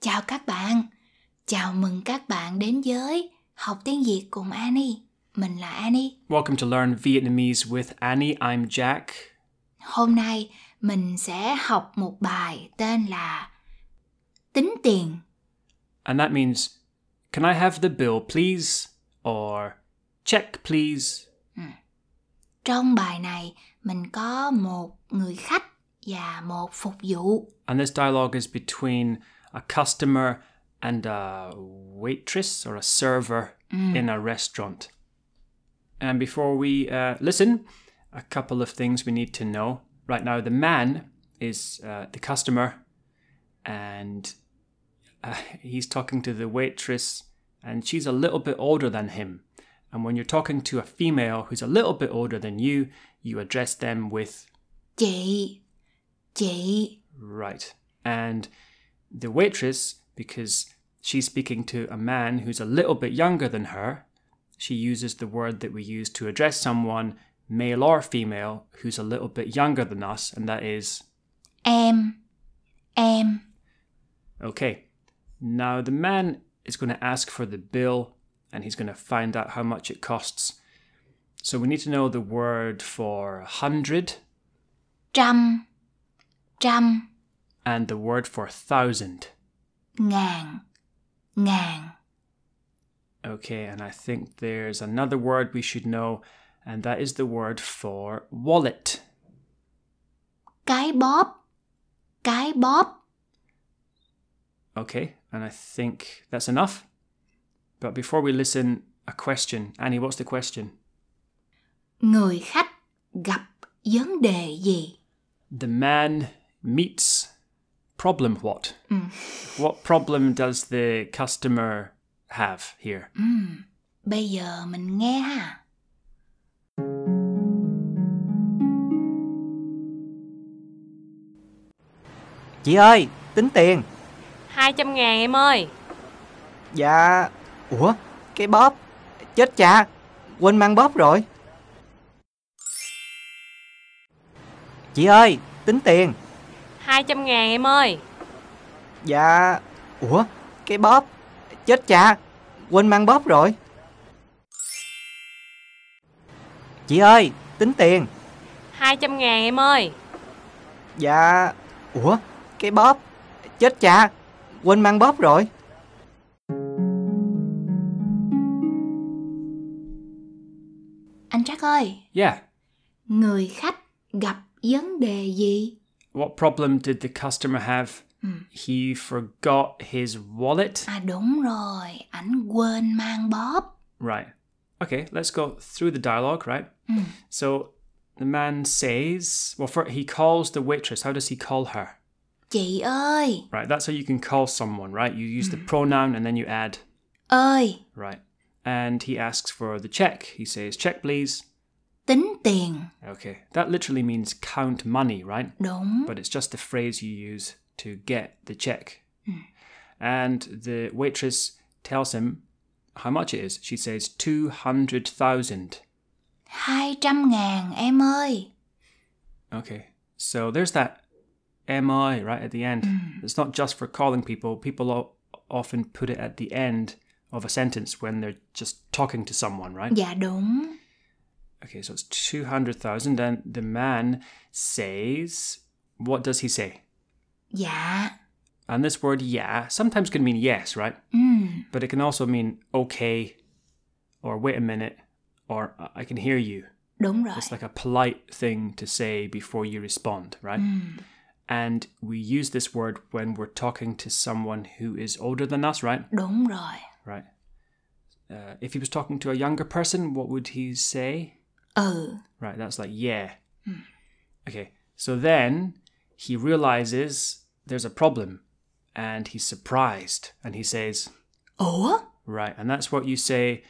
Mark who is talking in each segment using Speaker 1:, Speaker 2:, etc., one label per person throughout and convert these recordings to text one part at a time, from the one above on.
Speaker 1: Chào các bạn. Chào mừng các bạn đến với học tiếng Việt cùng Annie. Mình là Annie.
Speaker 2: Welcome to Learn Vietnamese with Annie. I'm Jack.
Speaker 1: Hôm nay mình sẽ học một bài tên là Tính tiền.
Speaker 2: And that means, can I have the bill, please? Or check, please?
Speaker 1: Trong bài này mình có một người khách và một phục vụ.
Speaker 2: And this dialogue is between a customer and a waitress or a server in a restaurant. And before we uh, listen, a couple of things we need to know. Right now, the man is uh, the customer, and uh, he's talking to the waitress, and she's a little bit older than him. And when you're talking to a female who's a little bit older than you, you address them with
Speaker 1: Chị, chị,
Speaker 2: Right. And the waitress, because she's speaking to a man who's a little bit younger than her, she uses the word that we use to address someone, male or female, who's a little bit younger than us, and that is
Speaker 1: em, em.
Speaker 2: okay. Now the man is going to ask for the bill and he's going to find out how much it costs. So we need to know the word for hundred
Speaker 1: Trăm, trăm,
Speaker 2: and the word for thousand.
Speaker 1: ngàn, ngàn.
Speaker 2: Okay, and I think there's another word we should know, and that is the word for wallet.
Speaker 1: Cái bóp, cái bóp.
Speaker 2: Okay, and I think that's enough. But before we listen, a question. Annie, what's the question?
Speaker 1: Người khách gặp vấn đề gì?
Speaker 2: The man meets problem what? What problem does the customer have here?
Speaker 1: Bây giờ mình nghe ha.
Speaker 3: Chị ơi, tính tiền
Speaker 4: 200 ngàn em ơi
Speaker 3: Dạ Ủa, cái bóp Chết cha, quên mang bóp rồi Chị ơi, tính tiền
Speaker 4: 200 ngàn em ơi
Speaker 3: Dạ Ủa, cái bóp Chết cha, quên mang bóp rồi Chị ơi, tính tiền
Speaker 4: 200 ngàn em ơi
Speaker 3: Dạ Ủa, cái bóp Chết cha, quên mang bóp rồi
Speaker 1: Anh Jack ơi,
Speaker 2: Yeah,
Speaker 1: người khách gặp vấn đề gì?
Speaker 2: what problem did the customer have? He forgot his wallet.
Speaker 1: À đúng rồi, ảnh quên mang bóp.
Speaker 2: Right. Okay, let's go through the dialogue, right? So the man says, well, for, he calls the waitress. How does he call her?
Speaker 1: Chị ơi,
Speaker 2: Right, that's how you can call someone, right? You use the pronoun and then you add,
Speaker 1: ơi,
Speaker 2: right? And he asks for the check. He says, check, please.
Speaker 1: tính tiền.
Speaker 2: Okay, that literally means count money, right?
Speaker 1: Đúng,
Speaker 2: But it's just the phrase you use to get the check. And the waitress tells him how much it is. She says, 200,000.
Speaker 1: 200 ngàn em ơi.
Speaker 2: Okay. So there's that MI right at the end. It's not just for calling people. People o- often put it at the end of a sentence when they're just talking to someone, right?
Speaker 1: Dạ đúng,
Speaker 2: Okay, so it's 200,000 and the man says what does he say?
Speaker 1: dạ,
Speaker 2: And this word yeah sometimes can mean yes, right?
Speaker 1: ừ,
Speaker 2: But it can also mean okay or wait a minute or uh, "I- I can hear you.
Speaker 1: đúng rồi.
Speaker 2: It's like a polite thing to say before you respond, right? And we use this word when we're talking to someone who is older than us, right?
Speaker 1: Đúng rồi.
Speaker 2: Right. Uh, if he was talking to a younger person, what would he say?
Speaker 1: Ừ,
Speaker 2: Right, that's like, yeah. Okay, so then he realizes there's a problem and he's surprised and he says,
Speaker 1: ủa,
Speaker 2: right, and that's what you say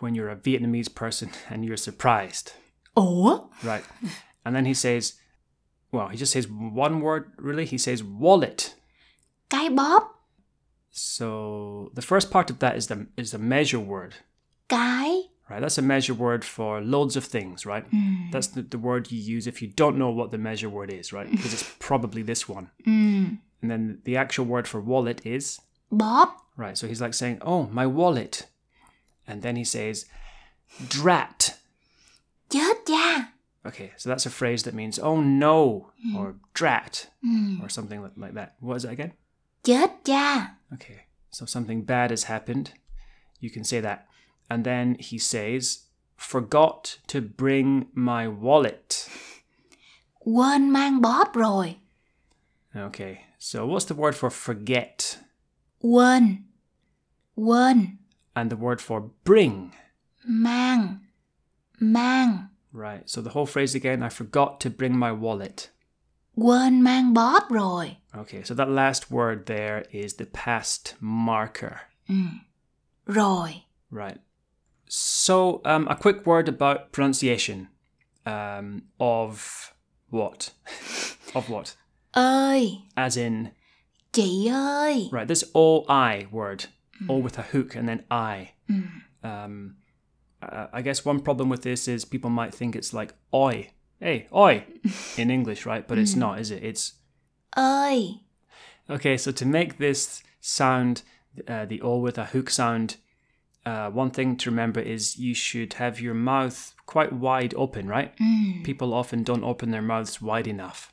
Speaker 2: when you're a Vietnamese person and you're surprised.
Speaker 1: ủa,
Speaker 2: Right. And then he says, well, he just says one word really. He says wallet.
Speaker 1: cái bóp,
Speaker 2: So the first part of that is the is the measure word,
Speaker 1: cái,
Speaker 2: right? That's a measure word for loads of things, right? That's the, the word you use if you don't know what the measure word is, right? Because it's probably this one.
Speaker 1: ừ,
Speaker 2: And then the actual word for wallet is
Speaker 1: Bob.
Speaker 2: Right, so he's like saying, Oh, my wallet. And then he says, Drat.
Speaker 1: Chết cha.
Speaker 2: Okay, so that's a phrase that means, Oh no, or drat, or something li- like that. What is it again?
Speaker 1: Chết cha.
Speaker 2: Okay, so something bad has happened. You can say that. And then he says, Forgot to bring my wallet.
Speaker 1: Quên mang Bob rồi.
Speaker 2: Okay, so what's the word for forget?
Speaker 1: Quên. Quên.
Speaker 2: And the word for bring.
Speaker 1: Mang. Mang.
Speaker 2: Right, so the whole phrase again, I forgot to bring my wallet.
Speaker 1: Quên mang Bob rồi.
Speaker 2: Okay, so that last word there is the past marker.
Speaker 1: Rồi.
Speaker 2: Right. So, um, a quick word about pronunciation um, of what? of what?
Speaker 1: Ơi.
Speaker 2: As in,
Speaker 1: Chị ơi.
Speaker 2: right, this O-I word, O with a hook and then I. Um, uh, I guess one problem with this is people might think it's like oi, hey, oi, in English, right? But it's not, is it? It's
Speaker 1: Ơi.
Speaker 2: Okay, so to make this sound, uh, the all with a hook sound, uh, one thing to remember is you should have your mouth quite wide open, right? People often don't open their mouths wide enough.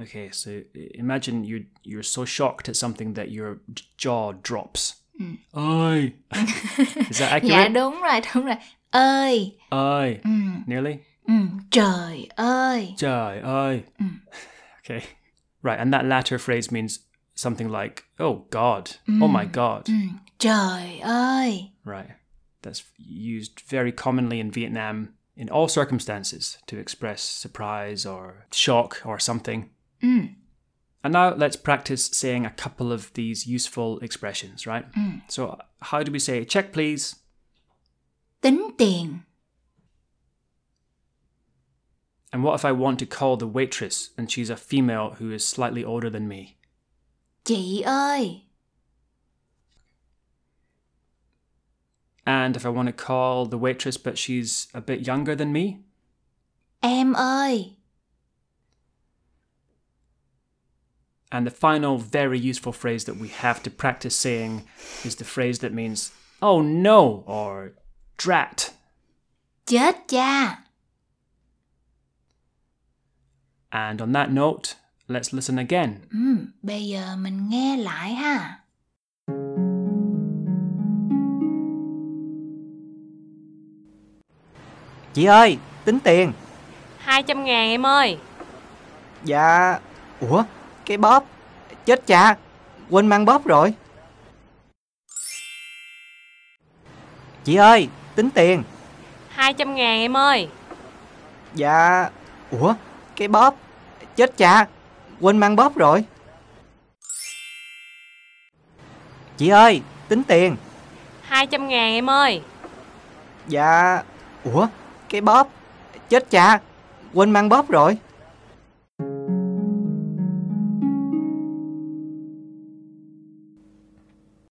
Speaker 2: Okay, so i- imagine you you're so shocked at something that your j- jaw drops. Oi, is
Speaker 1: Dạ
Speaker 2: that accurate?
Speaker 1: đúng rồi, đúng rồi. Ơi.
Speaker 2: Oi,
Speaker 1: Ừ.
Speaker 2: nearly.
Speaker 1: Ừ. Trời ơi.
Speaker 2: Trời ơi. Okay. Right, and that latter phrase means something like, oh God, oh my God.
Speaker 1: Ừ. Trời ơi.
Speaker 2: Right. That's used very commonly in Vietnam in all circumstances to express surprise or shock or something.
Speaker 1: Ừ.
Speaker 2: And now let's practice saying a couple of these useful expressions, right? So, how do we say check, please?
Speaker 1: Tính tiền.
Speaker 2: And what if I want to call the waitress and she's a female who is slightly older than me?
Speaker 1: Chị ơi.
Speaker 2: And if I want to call the waitress but she's a bit younger than me?
Speaker 1: Em ơi.
Speaker 2: And the final very useful phrase that we have to practice saying is the phrase that means, oh no, or drat.
Speaker 1: Chết cha.
Speaker 2: And on that note, let's listen again.
Speaker 1: Ừ. Bây giờ mình nghe lại ha.
Speaker 3: Chị ơi, tính tiền.
Speaker 4: 200 ngàn em ơi
Speaker 3: Dạ... Ủa? Cái bóp? Chết cha! Quên mang bóp rồi. Chị ơi, tính tiền.
Speaker 4: 200 ngàn em ơi
Speaker 3: Dạ... Ủa? Cái bóp? Chết cha! Quên mang bóp rồi. Chị ơi, tính tiền.
Speaker 4: 200 ngàn em ơi
Speaker 3: Dạ... Ủa? Cái bóp? Chết cha! Quên mang bóp rồi.